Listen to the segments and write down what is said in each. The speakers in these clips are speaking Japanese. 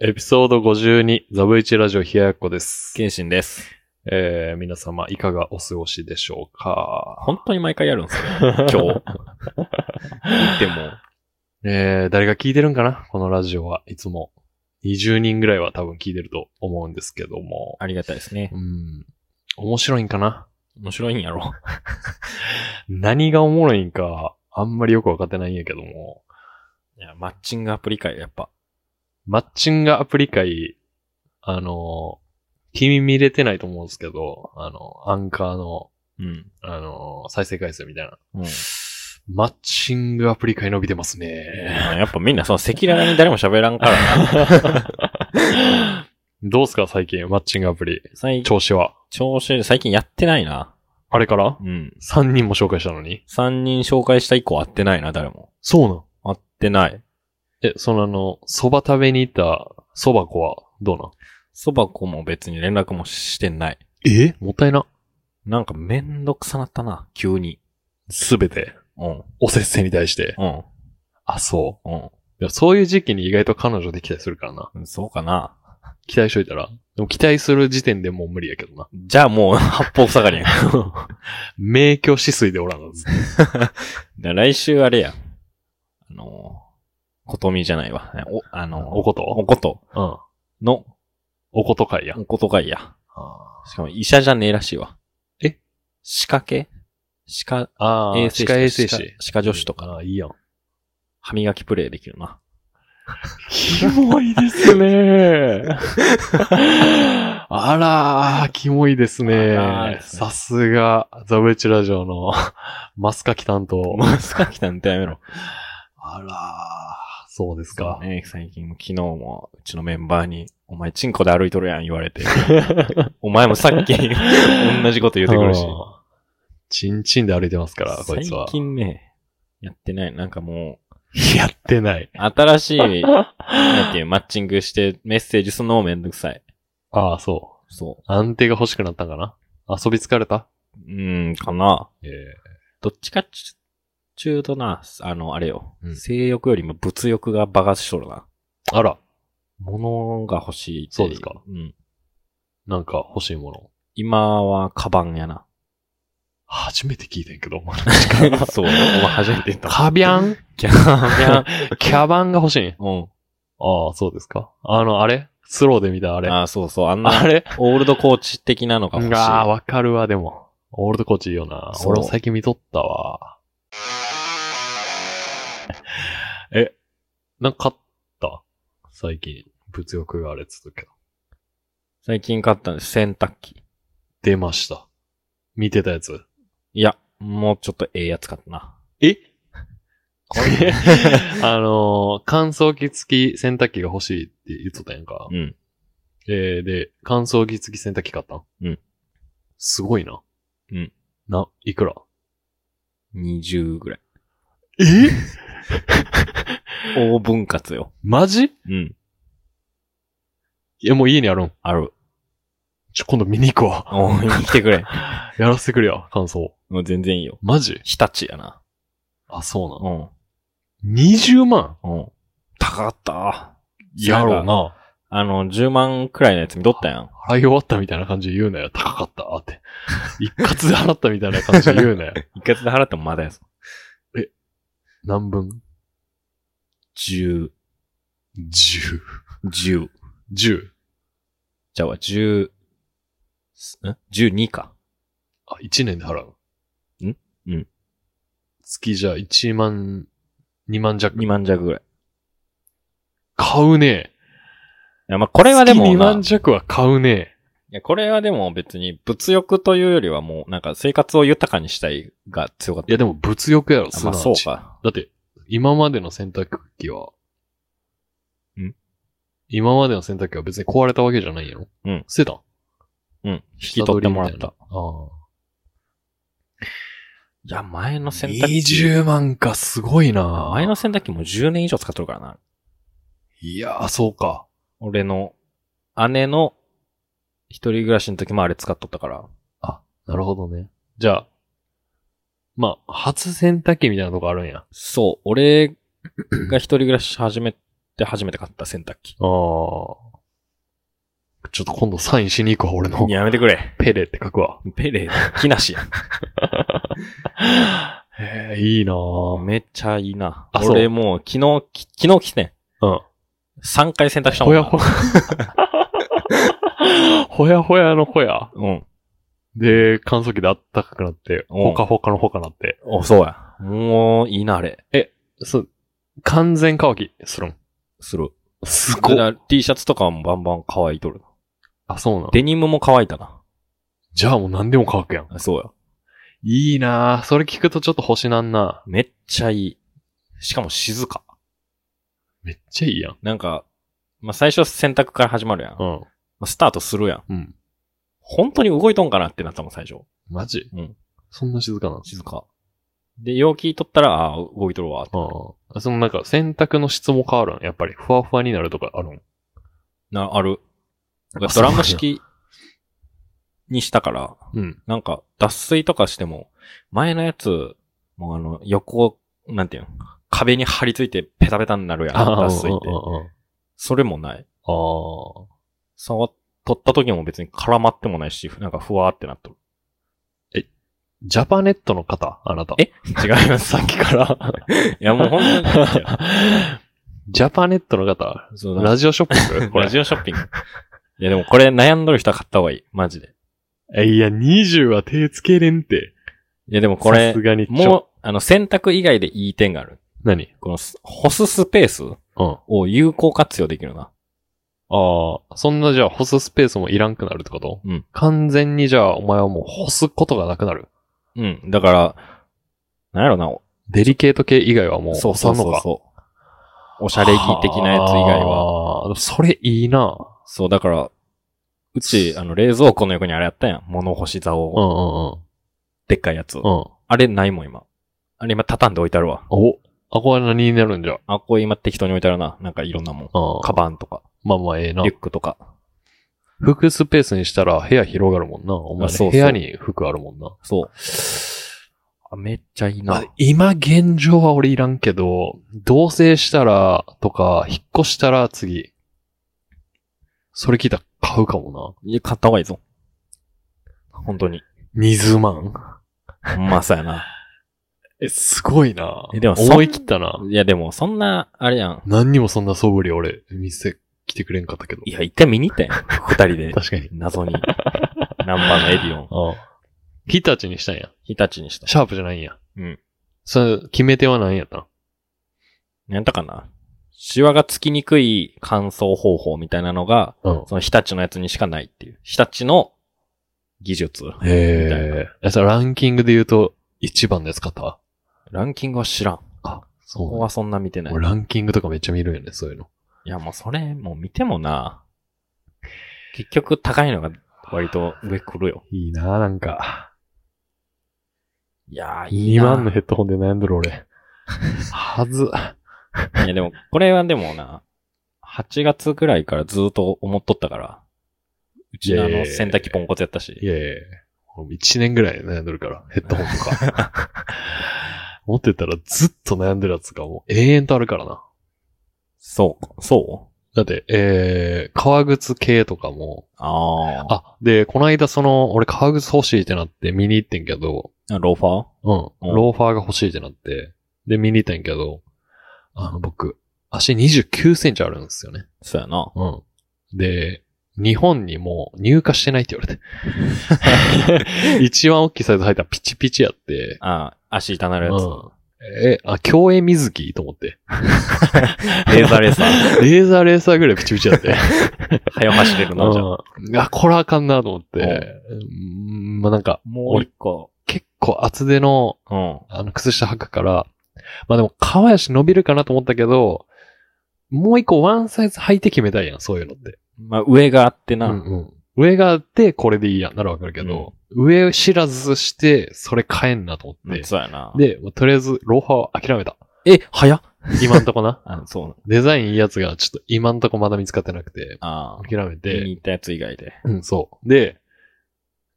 エピソード52、ザブイチラジオ冷ややっこです。謙信です。えー、皆様いかがお過ごしでしょうか本当に毎回やるんですよ。 今日。聞いても。えー、誰が聞いてるんかなこのラジオはいつも20人ぐらいは多分聞いてると思うんですけども。ありがたいですね。うん。面白いんかな面白いんやろ。何がおもろいんか、あんまりよくわかってないんやけども。いや、マッチングアプリ会、やっぱ。マッチングアプリ会、あの、君見れてないと思うんですけど、あの、アンカーの、うん。あの、再生回数みたいな。うん、マッチングアプリ会伸びてますね。やっぱみんなその赤裸々に誰も喋らんからな。どうすか最近、マッチングアプリ。最近、調子は。調子で最近やってないな。あれからうん。 ?3 人も紹介したのに。 3人紹介した以降会ってないな、誰も。そうなん。会ってない。え、そのあの、蕎麦食べに行った蕎麦子はどうなんそば子も別に連絡もしてない。えもったいな。なんかめんどくさなったな、急に。すべて、うん。おせっせに対して。うん。あ、そうう。いやそういう時期に意外と彼女できたりするからな。ん。そうかな。期待しといたら。でも期待する時点でもう無理やけど な。じゃあもう、八方塞がりやん。名挙止水でおらんのず。で来週あれや。あのー、ことみじゃないわ。お、あのー、おことおことうん。の、おこと会や。おことがいや。あしかも医者じゃねえらしいわ。え仕掛け歯科あ衛ー、生士。歯科衛生士。歯科女子とか、か。あーいいやん。歯磨きプレイできるな。キモいですね。あらー、キモいですあらーね。ですねさすが、ザブイチラジオのマスカキ担当。マスカキたんてやめろ。あらー、そうですか。ね、最近も昨日もうちのメンバーに、お前チンコで歩いとるやん言 われて。お前もさっき同じこと言ってくるしう。ん。チンチンで歩いてますから、こい最つは。近ね、やってない。なんかもう、やってない。新しい、なんていう、マッチングしてメッセージするのもめんどくさい。ああ、そ。そう安定が欲しくなったんかな遊び疲れたう。うーん、かな。ええどっちかっちちゅうとな、あの、あれよ。うん性欲よりも物欲が爆発しとるな。あら、物が欲しいっていそうですかうん。なんか欲しいもの。今はカバンやな。初めて聞いてんけど、お前。 そう、お前初めて言った。カビャ ンキャーキャキャバンが欲しいん うん。ああ、そうですか。あの、あれスローで見たあれ。あああ、そうそう。あんな、れオールドコーチ的なのが欲しい。ああ、わかるわ、でも。オールドコーチいいよな。そう俺も最近見とったわ。 え、なんか買った最近。物欲があれつうけど。最近買ったんです。洗濯機。出ました。見てたやつ。いや、もうちょっとええやつ買ったな。え あのー乾燥機付き洗濯機が欲しいって言っとったやんか。うん。えー、で、乾燥機付き洗濯機買ったんうん。すごいな。うん。な、いくら20ぐらい。え大分割よ。マジうん。いや、もう家にあるん。ある。ちょ、今度見に行く わ。おい、来てくれ。やらせてくれや、感想。もう全然いいよ。マジ日立やな。あ、そうなの。ん。 20万うん。高かった。やろうな。あの、10万くらいのやつ見とったやん。払い終わったみたいな感じで言うなよ。高かったって。 一括で払ったみたいな感じで言うなよ。一括で払ってもまだやぞ。何分10、 ?10。 10。 10。じゃあ、10、ん ?12 か。あ、1年で払うんうん。月じゃあ1万、2万弱。 2万弱ぐらい。い買うね。や、まあ、これはでも月2な、万い弱は買うね。や、これはでも別に物欲というよりはもう、なんか生活を豊かにしたいが強かっいた。や、でも物欲やろ、あすまなあ、わちそうか。だって、今までの洗濯機は、ん今までの洗濯機は別に壊れたわけじゃないやろうん捨てたんうん。引き取ってもらっ下取りみいなた。あいや、前の洗あ。濯機。 20万か、すごいな前の洗濯機も10年以上使っとるからな。いやー、そうか。俺の、姉の、一人暮らしの時もあれ使っとったから。なるほどね。じゃあ、まあ、初洗濯機みたいなとこあるんや。そう、俺が一人暮らし始めて初めて買った洗濯機。ああ。ちょっと今度サインしに行くわ、俺の。やめてくれ。ペレって書くわ。ペレ、木梨やん。へえ、いいなあぁ。 めっちゃいいな。あそう俺もう昨日、き昨日来てん。うん。 3回洗濯したもほんやな。ほや。 ほやほやのほや。うん。で、乾燥機であったかくなって、うほんかほかのほかなって。お、そうや。もう、いいな、あれ。そう、完全乾きするん。する。すだから T シャツとかもバンバン乾いとる。あ、そうなのデニムも乾いたな。じゃあもう何でも乾くやん。あそうや。いいなぁ。それ聞くとちょっと星なんなめっちゃいい。しかも静か。めっちゃいいやん。なんか、まあ、最初洗濯から始まるやうん。まん。あ、スタートするやん。うん。本当に動いとんかなってなったもん、最初。マジうん。そんな静かなの静か。で、容器取ったら、ああ、動いとるわって。ああ。そのなんか洗濯の質も変わるんやっぱり、ふわふわになるとかあるんな、ある。あドラム式にしたから、うん。なんか、脱水とかしても、前のやつ、もうあの、横、なんていうの、壁に張り付いてペタペタになるやん、脱水って。それもない。ああ。触っ、取った時も別に絡まってもないし、なんかふわーってなっとる。ジャパネットの方、あなた。え違います、さっきから。いや、もう本当に。 ジャパネットの 方、そうラジオショッピングこれラ。ジオショッピング。いや、でもこれ悩んどる人は買った方がいい。マジで。えいや、20は手つけれんって。いや、でもこれさす、がにちょ、もう、あの、選択以外でいい点がある。何このす、干すスペースうん。を有効活用できるな。ああ、そんなじゃあ、干すスペースもいらんくなるってことうん。完全にじゃあ、お前はもう干すことがなくなる。うん。だから、なんやろな、おデリケート系以外はもう、そう干さそんうのそうか。そう。おしゃれ着的なやつ以外は。は。それいいなそう、だから、うち、あの、冷蔵庫の横にあれやったやん。物干し竿、うんうんでっかいやつ。うん。うん。あれないもん、今。あれ今、畳んで置いてあるわ。お、あこは何になるんじゃ。あ、これ今適当に置いてあるな。なんかいろんなもん。うん。カバンとか、まあまあええなリュ。ックとか。服スペースにしたら部屋広がるもんな。お前あそうそう部屋に服あるもんな。そう。あめっちゃいいな。あ今現状は俺いらんけど、同棲したらとか、引っ越したら次。それ聞いたら買うかもいや、買った方がいいぞ。本当に。な。20万ほんまそうや な。え、すごいな。えでもそん思い切ったな。いや、でも、そんな、あれやん。何にもそんな素振り俺、店来てくれんかったけど。いや、一回見に行ったやん。二人で。確かに。謎に。ナンバーのエディオン。ああ。ヒタチにしたんや。日立にした。シャープじゃないんや。うん。それ、決め手は何やったんなんやったかな。シワがつきにくい乾燥方法みたいなのが、うん。その日立のやつにしかないっていう。日立の技術。みたいなへえ。え、それランキングで言うと、一番のやつ買ったランキングは知らん。あ、ここそうはそんな見てな。ないの。俺ランキングとかめっちゃ見るよね、そういうの。いや、もうそれ、もう見てもな。結局高いのが割と上来るよ。いいななんか。いやー、いい2な。万のヘッドホンで悩んどる俺。はず。いや、でも、これはでもな、8月ぐらいからずっと思っとったから。うちのいやあいの、やいや洗濯機ポンコツやったいし。やいやいや俺も1年ぐらい悩んどるから、ヘッドホンと か。持ってたらずっと悩んでるやつがもう永遠とあるからな。そう、そうだって、えー、革靴系とかも。ああ。あ、で、この間その、俺革靴欲しいってなって見に行ってんけど、あ、ローファーうん。うんローファーが欲しいってなって、で、見に行ったんやけど、あの、僕、足29センチあるんですよね。そうやな。うん。で、日本にもう入荷してないって言われ て。一番大きいサイズ入ったらピチピチやって、ああ、足痛なるやうんえ、あ、競泳水着と思って。つ。レーザーレーサー。レーザーレーサーぐらいピチピチや って。早走れるな、じゃあ。うん。あ、これあかんなと思って。うん、まあ、なんか、もう一個。結構厚手のうん。あの、靴下履くから、まあでも、皮やし伸びるかなと思ったけど、もう一個ワンサイズ履いて決めたいやん、そういうのって。まあ、上があってな。うん。上があって、これでいいやんならわかるけど、上知らずして、それ変えんなと思っうてん。そうやな。、で、もうとりあえず、ローファーは諦めた。え、早っ。今んとこなあ、そう。 デザインいいやつが、ちょっと今んとこまだ見つかってなくて、ああ。諦め見てに、行ったやつ以外で。うん、そう。で、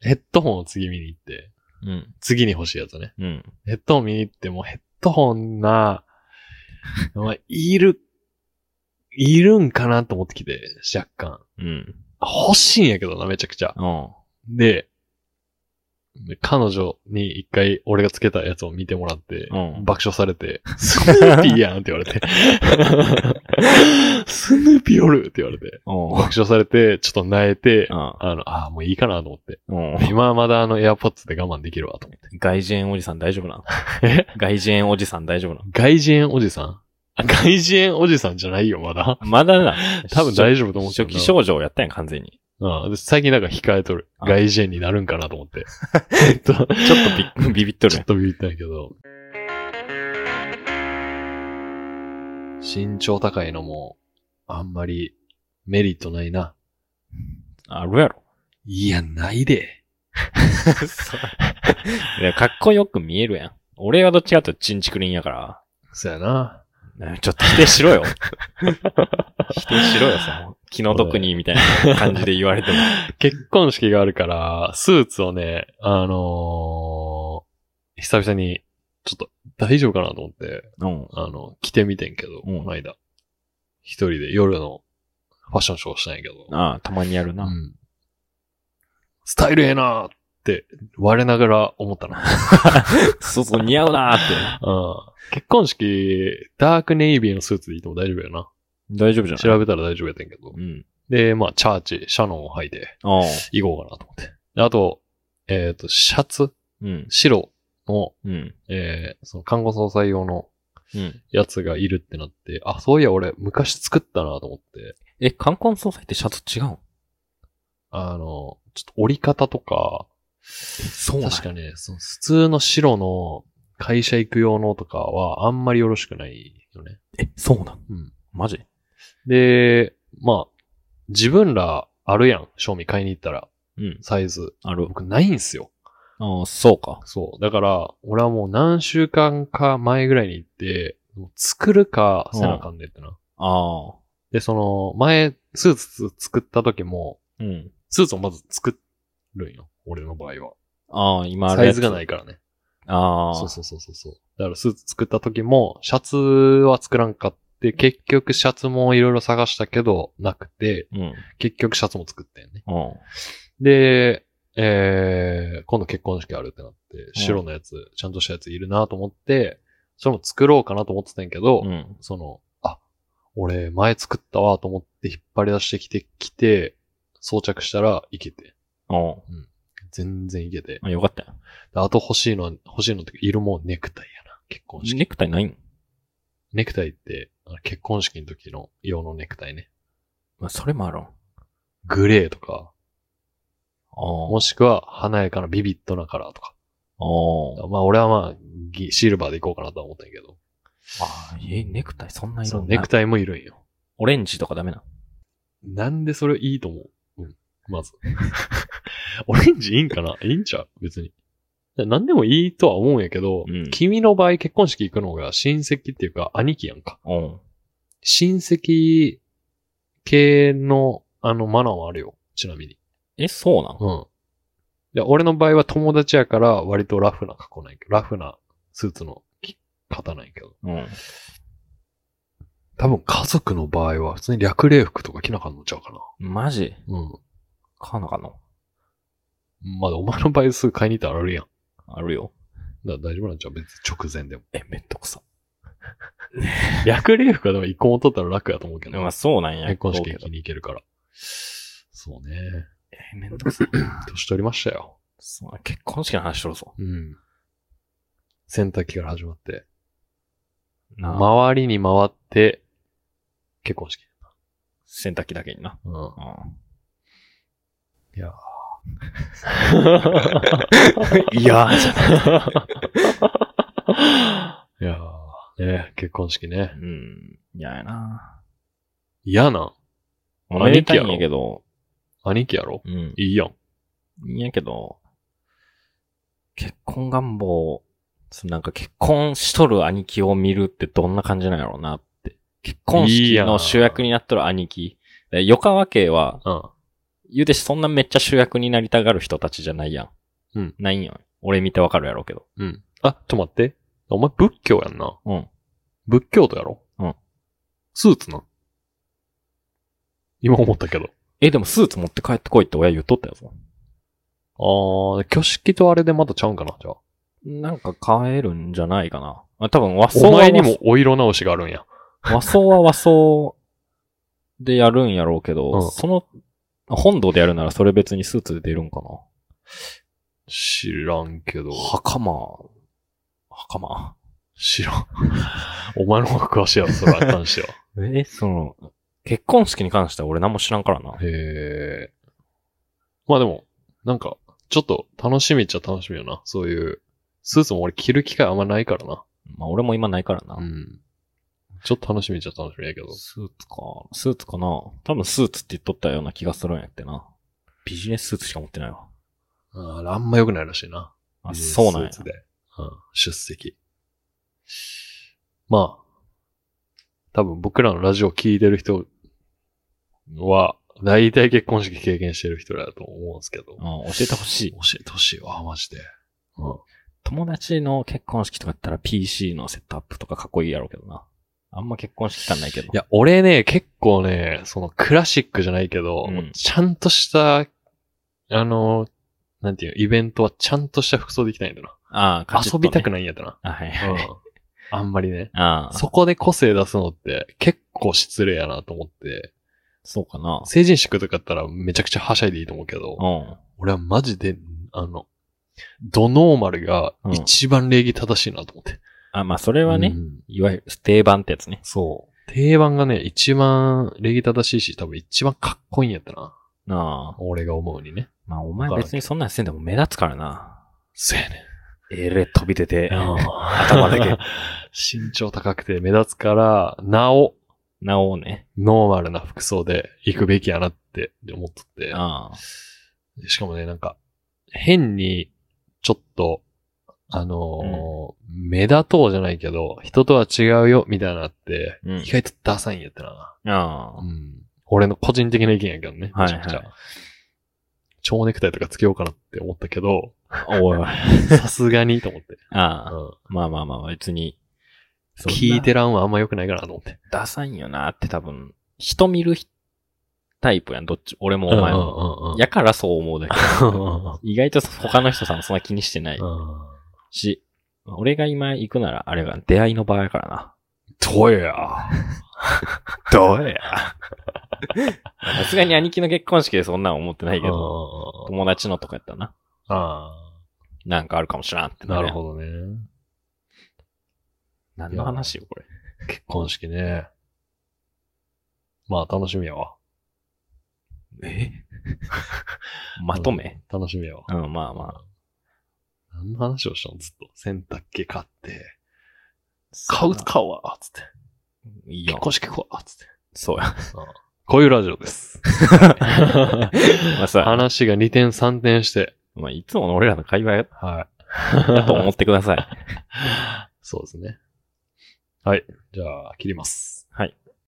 ヘッドホンを次見に行って、うん。次に欲しいやつね。うん。ヘッドホン見に行ってもヘッドホンな、まあ、いるいるんかなと思ってきて、若干。 うん。欲しいんやけどな、めちゃくちゃ。うん。で、で彼女に一回俺がつけたやつを見てもらって、うん爆笑されて、スヌーピーやんって言われて、スヌーピーおるって言われて、うん。爆笑されて、ちょっと泣いて、うんあの、ああ、もういいかなと思って。うん。今はまだあの、エアポッツで我慢できるわと思って。外人おじさん大丈夫なの え外人おじさん大丈夫なの外人おじさんあ外人おじさんじゃないよ、まだ。まだな。多分大丈夫と思って初期症状やったやん、完全に。うん。で最近なんか控えとる。あ外人になるんかなと思って。えっ と、ちょっとちょっ とビビビっとるちょやっとビビったんやけど。身長高いのも、あんまりメリットないな。ん。あるやろ。いや、ないで。 いやかっこよく見えるやん。俺はどっちかというとチンチクリンやかそやな。ら。ねちょっと否定しろ よ。否定しろよ、さ。もう気の毒にみたいな感じで言われても。結婚式があるから、スーツをね、あのー久々に、ちょっと大丈夫かなと思って、 うん。あの、着てみてんけど、うんこの間。一人で夜のファッションショーしたんやけど。ああ、たまにやるうな。ん、スタイルええなーって、我ながら思ったな。そうそう、似合うなーって。うん、結婚式、ダークネイビーのスーツでいても大丈夫やな。大丈夫じゃない調べたら大丈夫やったんやけどう。ん。で、まあ、チャーチ、シャノンを履いて、ああ。行こうかなと思って。であと、えっ、と、シャツうん。白の、うん。えーその看護総裁用のうん。やつがいるってなって、あ、そういや俺昔作ったなと思って、え、冠婚葬祭ってシャツ違うんあの、ちょっと折り方とか、そ確かね、その普通の白の会社行く用のとかはあんまりよろしくないよね。え、そうなんうん。マジで、まあ、自分らあるやん、賞味買いに行ったら、うん。サイズ。ある。僕ないんすよ。ああ、そうか。そう。だから、俺はもう何週間か前ぐらいに行って、もう作るかせなあかんでってな。ああ。で、その、前、スーツ作った時も、うん。スーツをまず作るんよ。俺の場合は。ああ、今あ。サイズがないいからね。ああ。そうそうそうそうそう。だからスーツ作った時も、シャツは作らんかって、結局シャツもいろいろ探したけど、なくて、う。うん。結局シャツも作ってんね。うん。で、えー、今度結婚式あるってなって、白のやつ、ちゃんとしたやついるなと思って、それも作ろうかなと思ってたんやけど、うん。その、あ、俺前作ったわと思って引っ張り出してきて、きて、装着したらいけて。うん全然いけて。であ。よかったよ。あと欲しいのは、欲しいのっているもんネクタイやな。結婚式。ネクタイないんネクタイって、あの結婚式の時の用のネクタイね。まあ、それもあるん。あグレーとか、あ。もしくは華やかなビビッドなカラーとか。あまあ俺はまあ、ぎシルバーでいこうかなとは思ったんやけど。あ。ああ、え、ネクタイそんなそ色のネクタタイ。イもいるんよ。オレンジとかダメな。なんでそれいいと思ううん。まず。 オレンジいいんかないいんちゃう別に。なんでもいいとは思うんやけど、うん君の場合結婚式行くのが親戚っていうか兄貴やんか。うん。親戚系のあのマナーはあるよ。ちなみに。え、そうなんうん。で俺の場合は友達やから割とラフな格好ないけど、ラフなスーツの着方ないけど。うん。多分家族の場合は普通に略礼服とか着なかんのちゃうかな。マジうん。かなかのまだお前の場合すぐ買いに行ったらあるやん。あるよ。だから大丈夫なんちゃう別に直前 でも。え、めんどくさ。略礼服はでも一個も取ったら楽やと思うけど。まあ、そうなんや。結婚式どうけに行けるから。そうね。どえ、めんどくさ。年取りましたよ。そう結婚式の話しとるぞ。うん。洗濯機から始まって。なあ、周りに回って、結婚式。洗濯機だけにな。うんう。ん。いや いやーじゃない。 いやー、ね結婚式ね。うん。嫌やな。嫌なんおめでたいんやけど、兄貴やろうん。いいやん。いいんやけど、結婚願望、そのなんか結婚しとる兄貴を見るってどんな感じなんやろうなって。結婚いい式やんの主役になっとる兄貴。で横川家は、うん。言うてそんなめっちゃ主役になりたがる人たちじゃないやん。うん。ないんよ。俺見てわかるやろうけど。うん。あ、ちょっと待って。お前仏教やんな。うん。仏教徒やろうん。スーツなん今思ったけど。え、でもスーツ持って帰ってこいって親言っとったやつあー、挙式とあれでまたちゃうんかな、じゃあ。なんか変えるんじゃないかな。あ多分和装おは前にもお色直しがあるんや。和装は和装でやるんやろうけど、うんその、本堂でやるならそれ別にスーツで出るんかな。知らんけど。袴。袴。知らん。 お前の方が詳しいやろ、それに関しては。え、その、結婚式に関しては俺何も知らんからな。 へえ。まあでも、なんか、ちょっと楽しみっちゃ楽しみよな。そういう、スーツも俺着る機会あんまないからな。まあ俺も今ないからな。うん。ちょっと楽しみっちゃ楽しみやけど。スーツか。スーツかな。多分スーツって言っとったような気がするんやってな。ビジネススーツしか持ってないわ。あーあんま良くないらしいな。あ、そうなんやスー。ツで。うん、出席。まあ、多分僕らのラジオ聞いてる人は、大体結婚式経験してる人らだと思うんですけど。教うん、教えてほしい。えてほしいわ、マジで。うん。友達の結婚式とかだったら PC のセットアップとかかっこいいやろうけどな。あんま結婚式感ないけど。いや、俺ね、結構ね、そのクラシックじゃないけど、うんちゃんとした、あの、なんていうの、イベントはちゃんとした服装できないんだな。ああ、遊びたくなない。いんやった な。あ、はいはうい。ん。あんまりね。ああ、そ、そこで個性出すのって結構失礼やなと思って、そうかな。成人式とかだったらめちゃくちゃはしゃいでいいと思うけど、うん。俺はマジで、あの、ドノーマルが一番礼儀正しいなと思って。あ、まあそれはね、うんいわゆる定番ってやつね。そう。定番がね、一番礼儀正しいし、多分一番かっこいいんやったな。なあ。俺が思うにね。まあお前別にそんなんせんでも目立つからな。そうやね。えれ飛び出て、頭頭だけ。 身長高くて目立つから、なお、なおね。ノーマルな服装で行くべきやなって思っとって。ああ。しかもね、なんか、変に、ちょっと、あのー目立とうじゃないけど、人とは違うよ、みたいなのって、うん意外とダサいんやってな。ああ。俺の個人的な意見やけどね。はいはいめちゃくちゃ蝶ネクタイとかつけようかなって思ったけ ど、おい。あさすがにと思って。あ。うんまあまあまあ、別に。そんな聞いてらんはあんま良くないかなと思って。ダサいんよなって多分、人見るひタイプやん、どっち。俺もおうんうん前も。うんうんやからそう思うだけうんど。意外と他の人さんそんな気にしてないうんし、俺が今行くならあれが出会いの場合やからな。どうや。 どうや。さすがに兄貴の結婚式でそんなん思ってない けど、ど友達のとかやったらな。あなんかあるかもしらんって、あ、なる。ほどね。何の話よ、これ。結婚式ね。まあ、楽しみやわ。え まとめ楽しみやわ。うん、まあまあ。何の話をしたのずっと。洗濯機買って、買う、買うわ、つって。いい結よ。婚式行こうわ、つって。そう や。こういうラジオです。まあさ、話が2点3点して。まあ、いつもの俺らの会話やはと 思ってください。い。そうですね。はい。じゃあ、切ります。はい。